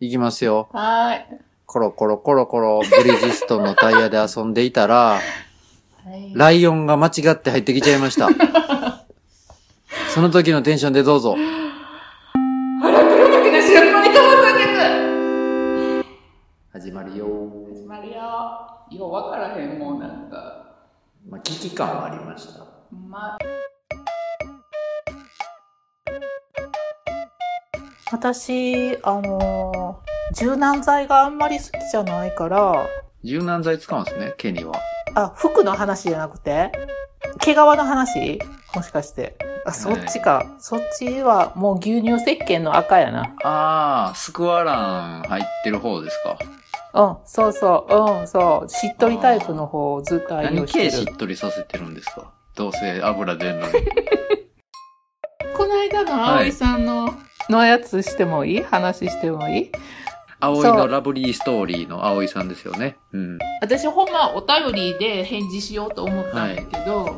いきますよ。はーコロコロコロコロ、ブリヂストンのタイヤで遊んでいたら、い。はいライオンが間違って入ってきちゃいました。その時のテンションでどうぞ。黒崎の白黒に変わった始まるよ曲始まるよ。ようわからへん、もうなんか。まあ、危機感はありました。うまい。私、あのー柔軟剤があんまり好きじゃないから、柔軟剤使うんですね、毛には。あ、服の話じゃなくて、毛皮の話もしかして。あ、そっちか。そっちはもう牛乳石鹸の赤やな。あー、スクワラン入ってる方ですか。うん、そうそう、うん、そう。しっとりタイプの方をずっと愛何用して毛しる。っとりさせてるんですかどうせ油出んのに。 この間の葵さんの、のやつしてもいい話してもいい葵のラブリーストーリーの葵さんですよね。うん。私ほんまお便りで返事しようと思ったんだけど、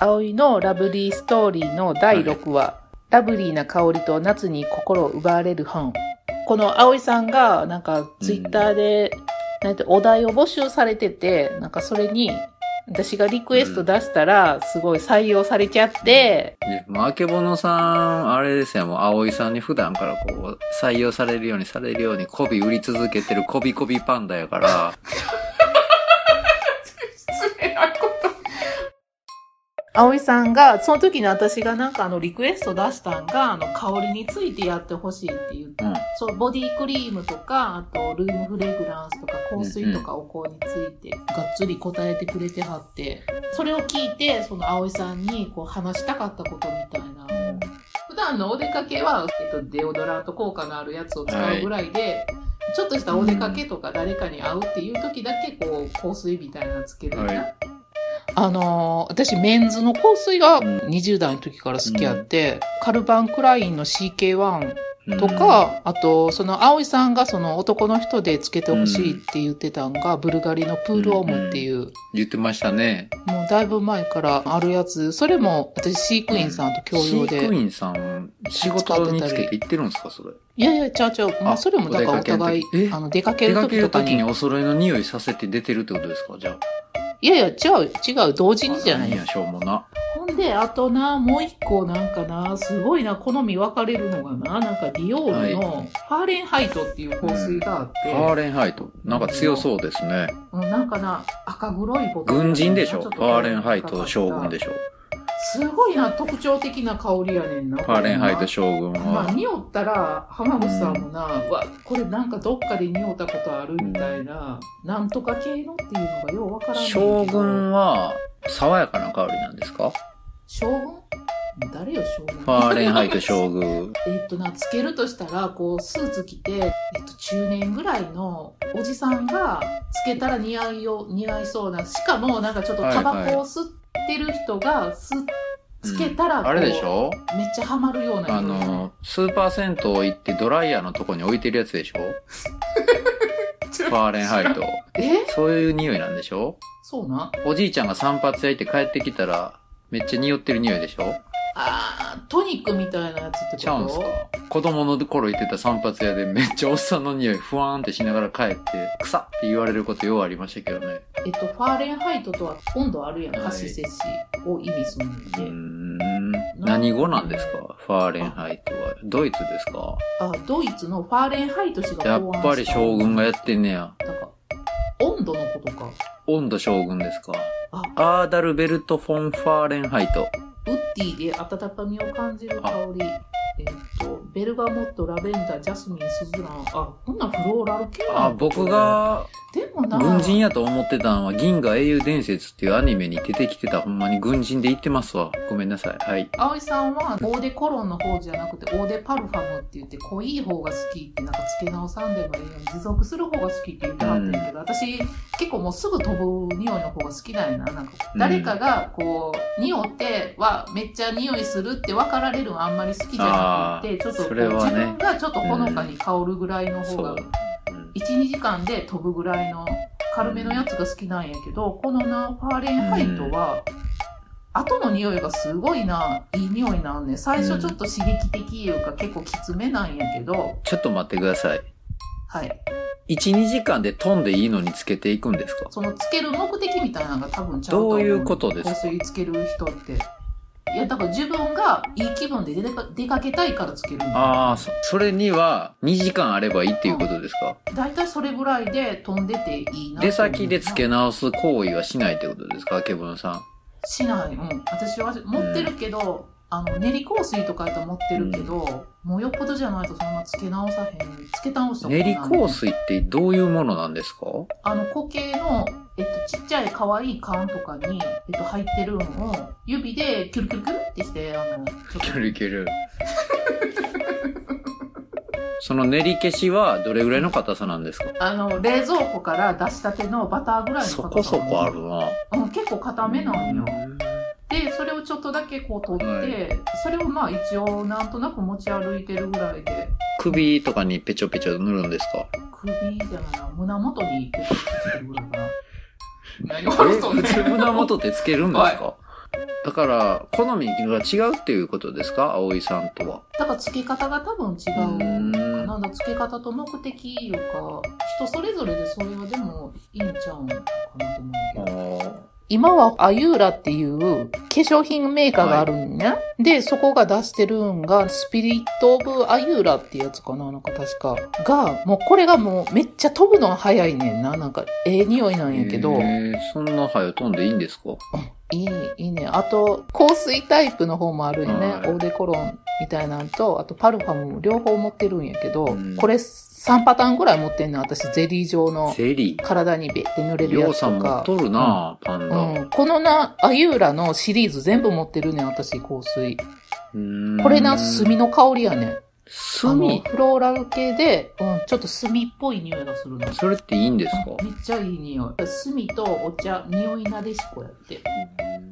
葵のラブリーストーリーの第6話、ラブリーな香りと夏に心を奪われる本。この葵さんが、なんか、ツイッターで、なんて、お題を募集されてて、なんかそれに、私がリクエスト出したら、すごい採用されちゃって、ね、まあ、あけぼのさん、あれですよ、もう、葵さんに普段からこう、採用されるようにされるように、媚び売り続けてる媚び媚びパンダやから、失礼なこと。葵さんが、その時に私がなんかあのリクエスト出したんが、あの香りについてやってほしいって言って、うんそう、ボディクリームとか、あとルームフレグランスとか香水とかお香について、がっつり答えてくれてはって、それを聞いて、その葵さんにこう話したかったことみたいな。普段のお出かけは、えっと、デオドラント効果のあるやつを使うぐらいで、ちょっとしたお出かけとか誰かに会うっていう時だけこう香水みたいなのつけるはな、いあのー私メンズの香水がうん20代の時から好きやって、カルバンクラインの CK1 うんと、か、あとその葵さんがその男の人でつけてほしいって言ってたんが、ブルガリのプールオムっていう、言ってましたね。もうだいぶ前からあるやつそれも私飼育員さんと共飼用育で、員さん、仕事につけて行ってるんですか、それ。いやいや、ちゃうちゃう。まああ、それもだからお出かおけ互のい時え、あの、出かけ出るか時けるとかときにに。お揃いの匂いさせて出てるってことですか、じゃあ。いやいや、違う、違う、同時にじゃなあいや、。しょうもな。ほんで、あとな、もう一個なんかな、すごいな、好み分かれるのがな、なんかディオールのファーレンハイトっていう香水があって、ハーレンハイト。なんか強そうですね。うんなんかな、赤黒いボトル軍人でしょちハっとーレンハイト将軍でしょすごいな、特徴的な香りやねんな。ハーレンハイト将軍まあ、は。匂ったら、浜口さんもな、うわ、これなんかどっかで匂ったことあるみたいな、なんとか系のっていうのがようわからない。将軍は、爽やかな香りなんですか将軍誰よ、将軍。ファーレンハイト将軍。 えっとな、つけるとしたら、こう、スーツ着て、えっと、中年ぐらいのおじさんが、つけたら似合いよ、似合いそうな、しかも、なんかちょっとタバコを吸ってる人が、す、つけたら、あれでしこょうめっちゃハマるようなあ色の、スーパー銭湯行ってドライヤーのとこに置いてるやつで しょファーレンハイト。えそういう匂いなんでしょそうなんおじいちゃんが散髪焼いて帰ってきたら、めっちゃ匂ってる匂いでしょあー、トニックみたいなやつってことちゃうんすか子供の頃行ってた散髪屋でめっちゃおっさんの匂いふわーんってしながら帰って、臭っって言われることようありましたけどね。えっと、ファーレンハイトとは、温度あるやん、はいカシセシを意味するんうで。ーん。何語なんですかファーレンハイトは。ドイツですかあ、ドイツのファーレンハイト氏がや考っ案ぱりした将軍がやってんねや。なんか、温度のことか。温度将軍ですかあ、アーダルベルト・フォン・ファーレンハイト。ウッディで温かみを感じる香り。えっと、ベルガモット、ラベンダー、ジャスミン、スズラン。あ、こんなんフローラル系なあ、んだ僕。がでもな、軍人やと思ってたんは、銀河英雄伝説っていうアニメに出てきてたほんまに軍人で言ってますわ。ごめんなさい。はい。葵さんは、オーデコロンの方じゃなくて、オーデパルファムって言って、濃い方が好きって、なんか付け直さんでもいいように、持続する方が好きって言ってはったんやけど、私、結構もうすぐ飛ぶ匂いの方が好きなんやな。なんか、誰かが、こう、匂っては、めっちゃ匂いするって分かられるのあんまり好きじゃなくて、ちょっとこ、そうれはね自分がちょっとほのかに香るぐらいの方そうが、。12時間で飛ぶぐらいの軽めのやつが好きなんやけどこのなファーレンハイトは、後の匂いがすごいないい匂いなんね最初ちょっと刺激的いうか、結構きつめなんやけどちょっと待ってください。はい。 1、2時間で飛んでいいのにつけていくんですかそのつける目的みたいなのが多分ちゃうと思どういうことですか香水つける人って。いや、だから自分がいい気分で出か出かけたいからつけるんだ。ああ、そそれには2時間あればいいっていうことですか、だいたいそれぐらいで飛んでていいなって思う。出先でつけ直す行為はしないってことですかあけぼのさん。しない。うん。私は持ってるけど、あの、練り香水とかやと持ってるけど、もうよっぽどじゃないとそんなつけ直さへん。つけ直したことな練い。り香水ってどういうものなんですかあの、固形の、えっと、ちっちゃい可愛い缶とかに、えっと、入ってるのを、指でキュルキュルキュルってして、あの、ちょっとキュルキュル。 その練り消しはどれぐらいの硬さなんですかあの、冷蔵庫から出したてのバターぐらいのそこそこあるな。ある。うん、結構固めなんよ。で、それをちょっとだけこう取って、はいそれをまあ一応なんとなく持ち歩いてるぐらいで、首とかにペチョペチョ塗るんです か首じゃないな、胸元にペッてるぐらいかな。何をえ話すん普です通か胸元ってつけるんですかだから、好みが違うっていうことですか葵さんとは。だから付け方が多分違うかな。だから付け方と目的とか、人それぞれでそれはでもいいんちゃうんかなと思うあけーど。今はアユーラっていう化粧品メーカーがあるんね。で、そこが出してるんが、スピリット・オブ・アユーラってやつかななんか確か。が、もうこれがもうめっちゃ飛ぶのが早いねんな。なんか、ええ匂いなんやけど。えーそんな早飛んでいいんですかいい、いいね。あと、香水タイプの方もあるよね。はいオーデコロンみたいなんと、あとパルファムも両方持ってるんやけど、うんこれ3パターンぐらい持ってんの。私、ゼリー状のゼリ体にベって塗れー。るよやうつさんと持っか。とるな、パンダ。ううん、このな、アユーラのシリーズ全部持ってるねん、私、香水。ーんこれな、炭の香りやねん。あの炭フローラル系で、うん、ちょっと炭っぽい匂いがするの。それっていいんですかうんめっちゃいい匂い。炭とお茶、匂いなでしこやって。う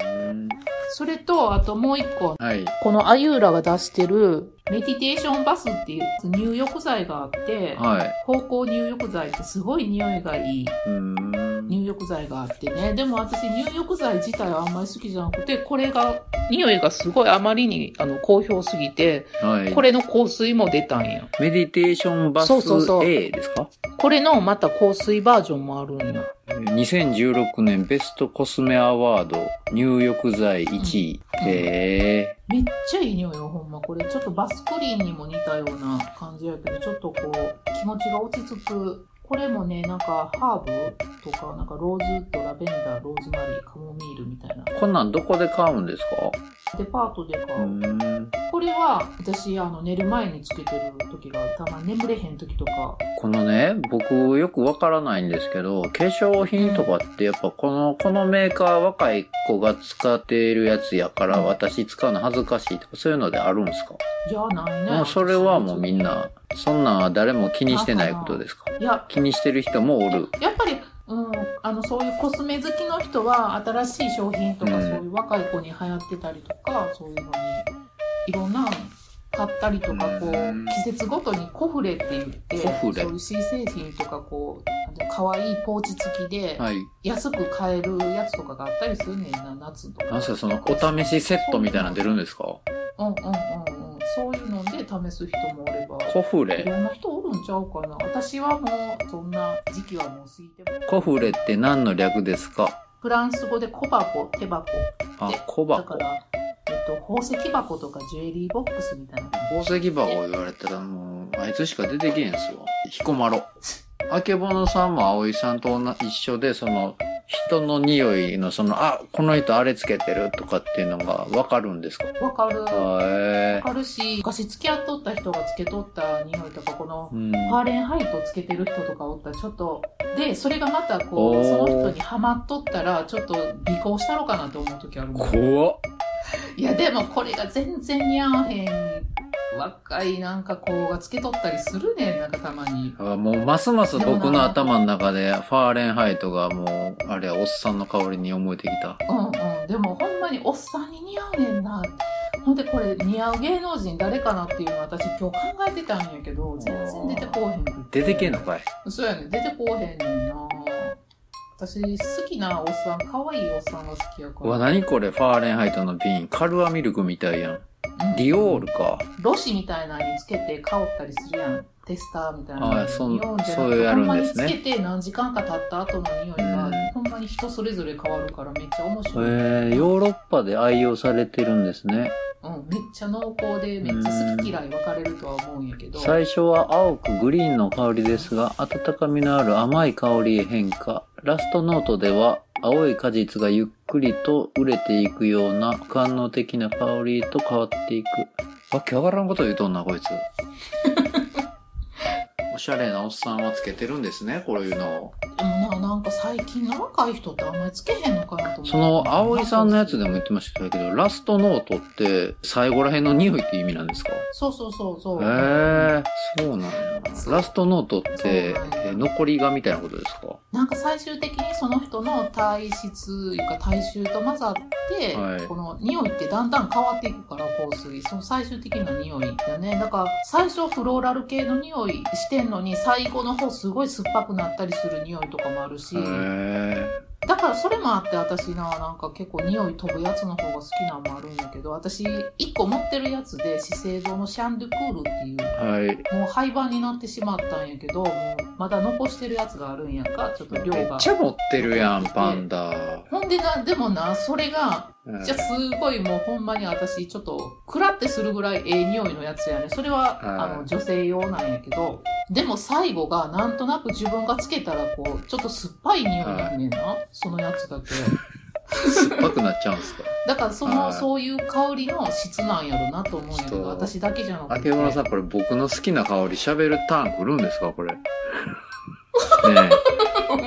ーんそれと、あともう一個、はい。このアユーラが出してるメディテーションバスっていう入浴剤があって、はい。芳香入浴剤ってすごい匂いがいいうーん。入浴剤があってね。でも私入浴剤自体はあんまり好きじゃなくて、これが、匂いがすごいあまりにあの好評すぎて、はいこ。れの香水も出たんや。メディテーションバスそうそうそう A ですかこれのまた香水バージョンもあるんや。 2016年ベストコスメアワード入浴剤1位。うんへめっちゃいい匂いよ、ほんま。これちょっとバスクリーンにも似たような感じやけど、ちょっとこう、気持ちが落ち着く。これもね、なんかハーブとか、なんかローズとラベンダー、ローズマリー、カモミールみたいな。え。こんなんどこで買うんですかデパートでう買う。ーん。これは私、あの、寝る前につけてる時がある、たまに眠れへん時とか。このね、僕よくわからないんですけど、化粧品とかってやっぱこの、このメーカー若い子が使っているやつやから私使うの恥ずかしいとかそういうのであるんですかいや、ないね。もうそれはもうみん。な、そんなんは誰も気にしてないことですかいや、気にしてる人もおる。やっぱり、うん、あのそういうコスメ好きの人は新しい商品とか、うんそういう若い子に流行ってたりとかそういうのにいろんなの買ったりとかこう、うん季節ごとにコフレって言ってコフレそういう新製品とかこうあの可愛いポーチ付きではい。安く買えるやつとかがあったりするねんな夏とか。なんすかそのお試しセットみたいなの出るんですかうんうんうんうん、そういうので試す人もおればコフいレろんな人おるんちゃうかな私はもうそんな時期はもう過ぎてもコフレって何の略ですかフランス語で小箱、手箱。あで、小だ箱か。ら、えっと、宝石箱とかジュエリーボックスみたいな。宝石箱言われたらもう、あいつしか出てけへんすよ。彦摩呂。あけぼのさんも葵さんと同じ一緒で、その、人の匂いのその、あ、この人あれつけてるとかっていうのがわかるんですかわかる。わへえ。かるし、昔付き合っとった人がつけとった匂いとか、このうん。ハーレンハイトつけてる人とかおったらちょっと、で、それがまたおこーう、その人にハマっとったら、ちょっと尾行したろかなと思う時あるもん。怖っ。いや、でもこれが全然似合わへん。若いなんか子がつけとったりするねん、なんかたまに。あもうますます僕でものな頭の中でファーレンハイトがもうあれはおっさんの香りに思えてきたうんうん、でもほんまにおっさんに似合うねんなほんでこれ似合う芸能人誰かなっていうの私今日考えてたんやけど全然出てこうへん出てけんのかいそうやね出てこうへんねんな私好きなおっさん可愛いおっさんが好きやかうらわ何これファーレンハイトの瓶カルアミルクみたいやんうんディオールかロシみたいなのにつけて香ったりするやんテスターみたいあなあそん匂じゃなくてそうやるんですねほんまにつけて何時間か経った後の匂いが、うんほんまに人それぞれ変わるからめっちゃ面え白い、ー、ヨーロッパで愛用されてるんですね。うん、めっちゃ濃厚でめっちゃ好き嫌い分かれるとは思うんやけど最初は青くグリーンの香りですが、温かみのある甘い香りへ変化。ラストノートでは、青い果実がゆっくりと熟れていくような、官能的な香りへと変わっていく。わけわからんこと言うとんな、こいつ。 おしゃれなおっさんはつけてるんですね、こういうのを。でもななんか最近の若い人ってあんまりつけへんのかなと思ってその、葵さんのやつでも言ってましたけど、ラストノートって、最後ら辺の匂いって意味なんですかそうそうそうそう、へえそうなんや。ラストノートってそうなん、やえ残りがみたいなことですかなんか最終的にその人の体質いうか体臭と混ざって、はいこの匂いってだんだん変わっていくから香水その最終的な匂いだねだから最初フローラル系の匂いしてんのに最後の方すごい酸っぱくなったりする匂いとかもあるし、へえだからそれもあって私ななんか結構匂い飛ぶやつの方が好きなのもあるんだけど私一個持ってるやつで資生堂のシャンドゥクールっていうはい。もう廃盤になってしまったんやけどもうまだ残してるやつがあるんやんかちょっと量めっがちゃ持ってるやん、パンダ。ほんでなでもなそれがうんじゃあすごいもうほんまに私ちょっとくらってするぐらいええ匂いのやつやねそれははいあの女性用なんやけどでも最後がなんとなく自分がつけたらこうちょっと酸っぱい匂いになんねんなそのやつだけ酸っぱくなっちゃうんすかだからそはのいそういう香りの質なんやろなと思うんやけちょっどと私だけじゃなく竹て 村さん、これ僕の好きな香り喋るターン来るんですかこれ。ね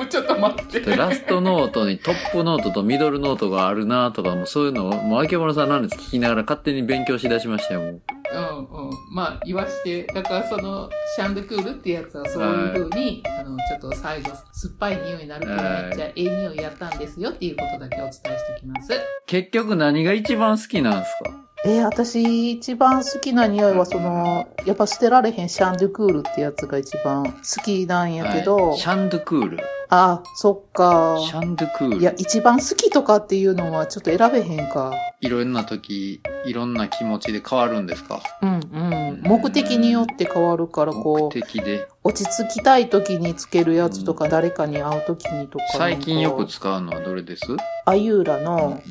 んちょっと待っえ。でラストノートにトップノートとミドルノートがあるなとか、もうそういうのを、もう秋村さんなんです聞きながら勝手に勉強しだしましたよ、もう。うんうん、まあ言わしてだからそのシャンドゥクールってやつはそういう風に、あのちょっと最後酸っぱい匂いになるからめっちゃええ匂いやったんですよっていうことだけお伝えしてきます結局何が一番好きなんですかえ私一番好きな匂いはそのやっぱ捨てられへんシャンドゥクールってやつが一番好きなんやけど、はいシャンドゥクール。あそっかシャンドゥクール。いや一番好きとかっていうのはちょっと選べへんかいろんな時、いろんな気持ちで変わるんですかうんうん目的によって変わるからこ目う的で。落ち着きたい時につけるやつとか、誰かに会う時にとか最近よくなんか使うのはどれですアユーラうんの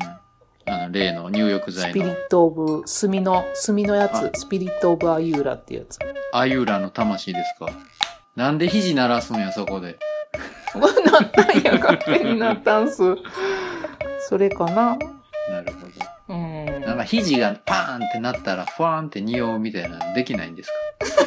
あの、例の入浴ス剤ピリの、ット・オブ炭の炭のやつスピリット・オブ・アユーラってやつ アユーラの魂ですかなんで肘鳴らすんや、そこで。なったんや勝手になったんすそれかななるほど。うんなんか肘がパーンってなったら、ファーンって匂うみたいなのできないんですか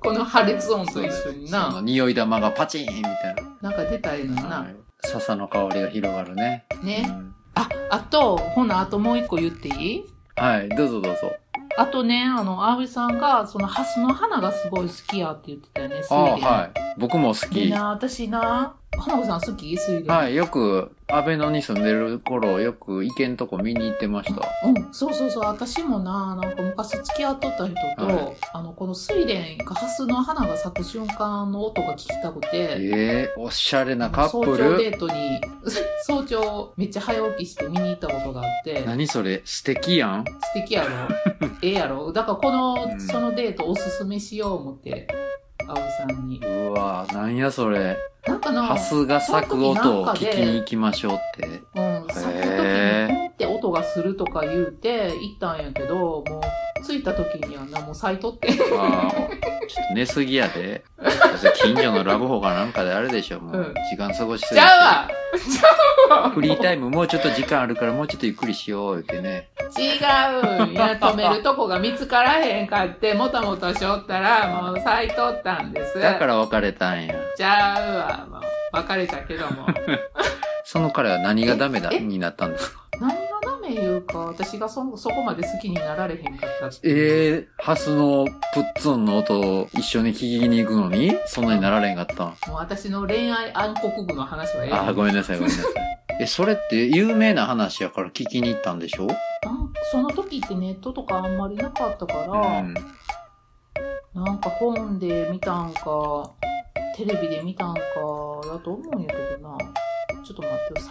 この破裂音と一です緒にそのな匂い玉がパチーンみたいなんか出たらいいのにな。な、はい笹の香りが広がるね。うねんああとほなあともう一個言っていいはい、どうぞどうぞ。あとねあの葵さんがそのハスの花がすごい好きやって言ってたよねスあイレンはい。僕も好でき。な私な花子さん好きスイレンはい、よく、安倍野に住んでる頃、よく行けんとこ見に行ってました。うん、そうそうそう私もななんか昔付き合っとった人と、はいあのこの睡蓮かハスの花が咲く瞬間の音が聞きたくて、ええおしゃれなカ早ップ朝デル。ートに 早朝めっちゃ早起きして見に行ったことがあって素何それ素敵やん。敵や ろええやろだからこの、うんそのデートおすすめしよう思って葵さんにうわなんやそれ。なんかなハスが咲く音を聞きに行きましょうって。うん、咲く時へーにポンって音がするとか言うて行ったんやけどもう着いた時にはなもう咲いとってあーちょっと寝すぎやで。それ近所のラブホかなんかであれでしょ、もうんう。時間過ごしすぎちて。ゃうわちゃうわフリータイムもうちょっと時間あるからもうちょっとゆっくりしようってね。違うんや止めるとこが見つからへんかってもたもたしょったらもう咲いとったんですだから別れたんや。ちゃうわもう別れたけども その彼は何がダメだええになったんですか何がダメ言うか私がそそこまで好きになられへんかったってええハスのプッツンの音を一緒に聞きに行くのに、そんなになられんかったんもう私の恋愛暗黒部の話はええあー、ごめんなさい、ごめんなさい。 え、それって有名な話やから聞きに行ったんでしょなんその時ってネットとかあんまりなかったから、うん。なんか本で見たんか、テレビで見たんか、だと思うんやけどな。ちょっと待ってよ、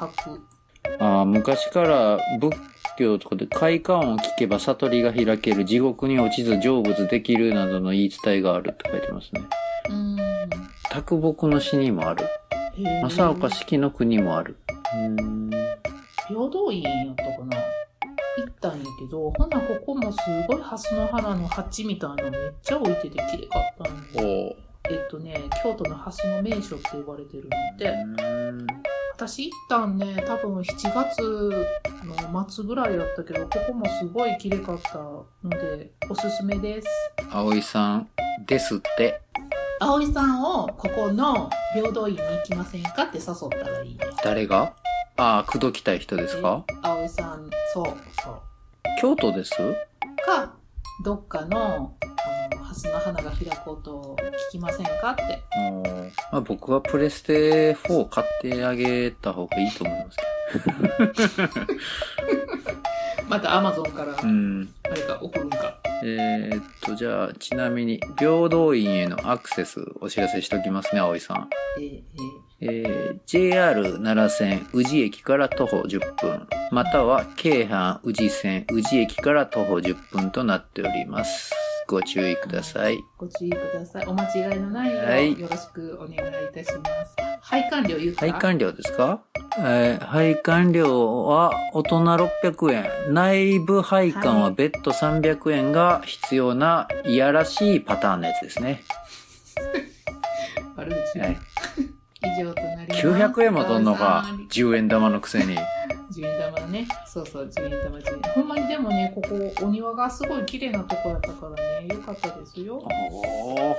作。ああ、昔から仏教とかで快感を聞けば悟りが開ける、地獄に落ちず成仏できるなどの言い伝えがあるって書いてますね。うん。卓木の詩にもある。へー正岡式の国もある。うーん。平等院やったかな行ったんやけど、ほな、ここもすごいハスの花の鉢みたいなのめっちゃ置いてて綺麗かったんで、おえっとね、京都のハスの名所って呼ばれてるので、私行ったんね、多分7月の末ぐらいやったけど、ここもすごい綺麗かったので、おすすめです。葵さん、ですって。葵さんをここの平等院に行きませんかって誘ったらいいね。誰がああ、口説きたい人ですか葵さん、そう、そう。京都ですか、どっかの、あの、ハスの花が開こうと聞きませんかって。おーまあ、僕はプレステ4買ってあげた方がいいと思いますけまたアマゾンから、ど。うん。あれか、送るんか。えーっと、じゃあ、ちなみに、平等院へのアクセス、お知らせしときますね、葵さん。えーええー JR 奈良線宇治駅から徒歩10分、または京阪宇治線宇治駅から徒歩10分となっております。ご注意ください。ーご注意ください。お間違いのないよう、はいよろしくお願いいたします。配管料言った配管料ですかえー配管料は大人600円。内部配管は別途300円が必要ないやらしいパターンのやつですね。悪口、はい、以上となります。 900円も取んの葵かさん。 10円玉のくせに。十円玉ね。そうそう、十円玉十円。ほんまにでもね、ここお庭がすごい綺麗なとこやったからね、良かったですよ。おー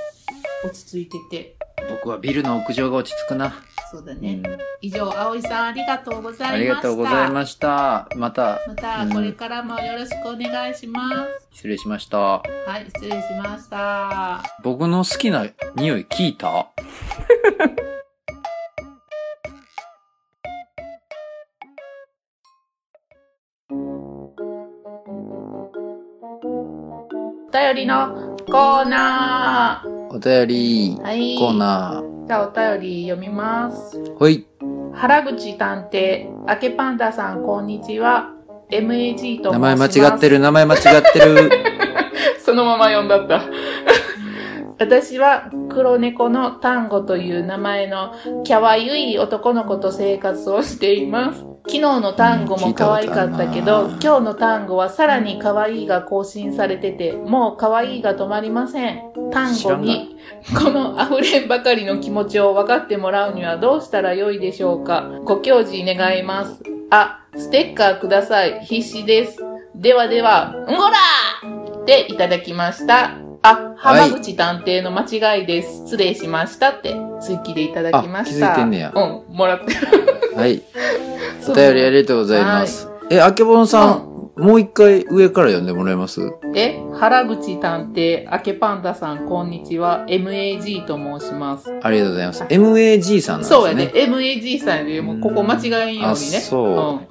落ち着いてて。僕はビルの屋上が落ち着くな。そうだうねん。以上、葵さんありがとうございました。ありがとうございました。またまたこれからもよろしくお願いします。失礼しました。はい、失礼しました。僕の好きな匂い聞いたお便りのコーナお便りー。、はい。コーナー。じゃあお便り読みます。ほい。原口探偵、あけパンダさん、こんにちは。MAG と申します。名前間違ってる、名前間違って る。 そのまま読んだった。 私は黒猫のタンゴという名前のキャワユい男の子と生活をしています。昨日のタンゴも可愛かった聞けど、いたことあるな今日のタンゴはさらに可愛いが更新されてて、もう可愛いが止まりません。タン知ゴらんなにこの溢れんばかりの気持ちを分かってもらうにはどうしたらよいでしょうかご教示願います。あ、ステッカーください。必死です。ではでは、んごらーっていただきました。あ、はい浜口探偵の間違いです。失礼しましたって、追記でいただきました。あ気づいてんねやうん、もらって。はい。そおう便りありがとうございます。え、あけぼのさん、もう一回上から読んでもらえます え、原口探偵、あけパンダさん、こんにちは。MAG と申します。ありがとうございます。MAG さんなんですね。そうやね。。MAG さんやで、もうここ間違えんようにね。。あ、そううん、うん。う。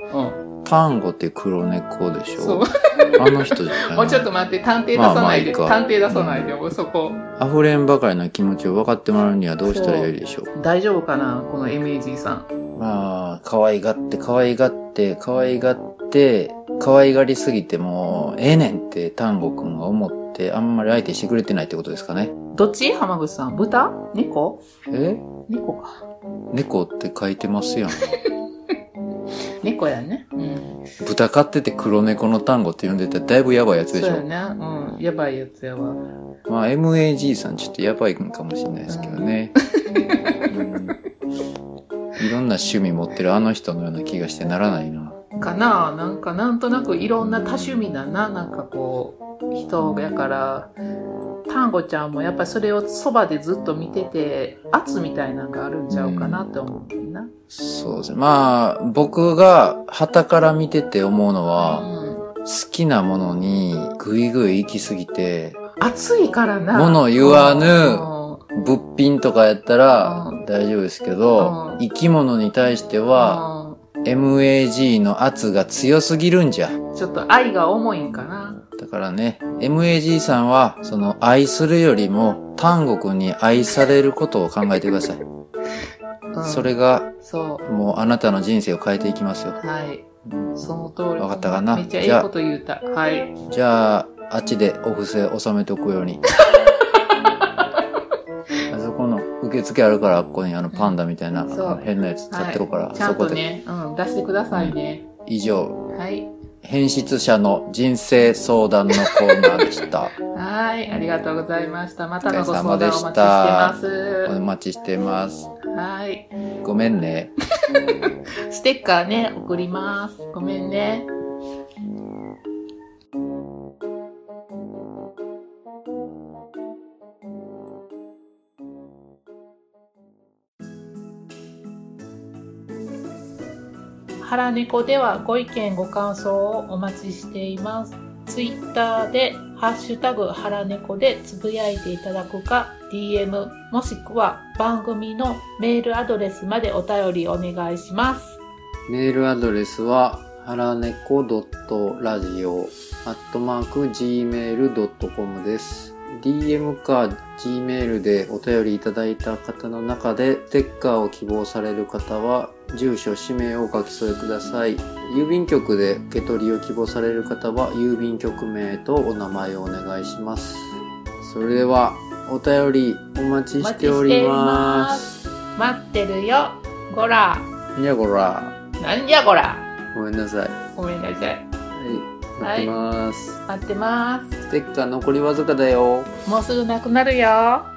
タンゴって黒猫でしそうょ。あの人じゃないもうちょっと待って、探偵出さないで、まあまあいいか探偵出さないで、もうそこ。溢れんばかりの気持ちを分かってもらうにはどうしたらよいでしょう大丈夫かなこの MAG さん。まあ、可愛がって、可愛がって、可愛がって、可愛がりすぎてもう、ええねんって丹後くんが思って、あんまり相手してくれてないってことですかね。どっち浜口さん。豚猫え猫か。猫って書いてますやん。猫やね。うん。豚飼ってて黒猫の丹後って呼んでたらだいぶやばいやつそうでしやょ。ね。うん。やばいやつやわ。まあ、MAG さんちょっとやばいんかもしれないですけどね。うんいろんな趣味持ってるあの人のような気がしてならないな。かななんか、なんとなくいろんな多趣味だな。なんかこう、人やから。タンゴちゃんもやっぱりそれをそばでずっと見てて、圧みたいなんがあるんちゃうかなって思うな。そうですね。まあ、僕が旗から見てて思うのは、うん。好きなものにぐいぐい行き過ぎて、暑いからな。物言わぬうん物品とかやったらうん大丈夫ですけど、うん生き物に対しては、うん MAG の圧が強すぎるんじゃ。ちょっと愛が重いんかな。だからね、MAG さんは、その愛するよりも、丹後くんに愛されることを考えてください。うんそれがそもうあなたの人生を変えていきますよう。はい。その通り。わかったかなめっちゃいじいゃあこと言うた。はい。じゃああっちでお布施収めておくよう にあそこの受付あるからあっこにあのパンダみたいなあそうの変なやつ買ってるから、ちゃそんことでね、うん、出してくださいね。以上はい。変質者の人生相談のコーナーでしたはい。ありがとうございました。またお疲れのご相談様お待でちしてしまたす。お待ちしてますはい。ごめんねステッカーね、送ります。ごめんね。ハラネコではご意見ご感想をお待ちしています。ツイッターでハッシュタグハラネコでつぶやいていただくか、DM もしくは番組のメールアドレスまでお便りお願いします。メールアドレスは、はらねこ .radio、アットマーク、gmail.com です。DM か Gmail でお便りいただいた方の中で、ステッカーを希望される方は、住所、氏名をお書き添えください。郵便局で受け取りを希望される方は、郵便局名とお名前をお願いします。それでは、お便りお待ちしております。待ってるよ。ごら。にゃごら、なんじゃごら。ごめんなさい。ごめんなさい。はい、待ってます。待ってまステッカー残りわずかだよ。す。もうすぐなくなるよ。あ、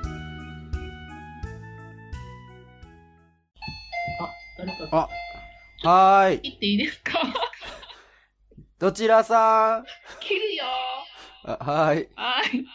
誰かあ、はーい。切っていいですか どちらさん切るよあ、はーい。はい。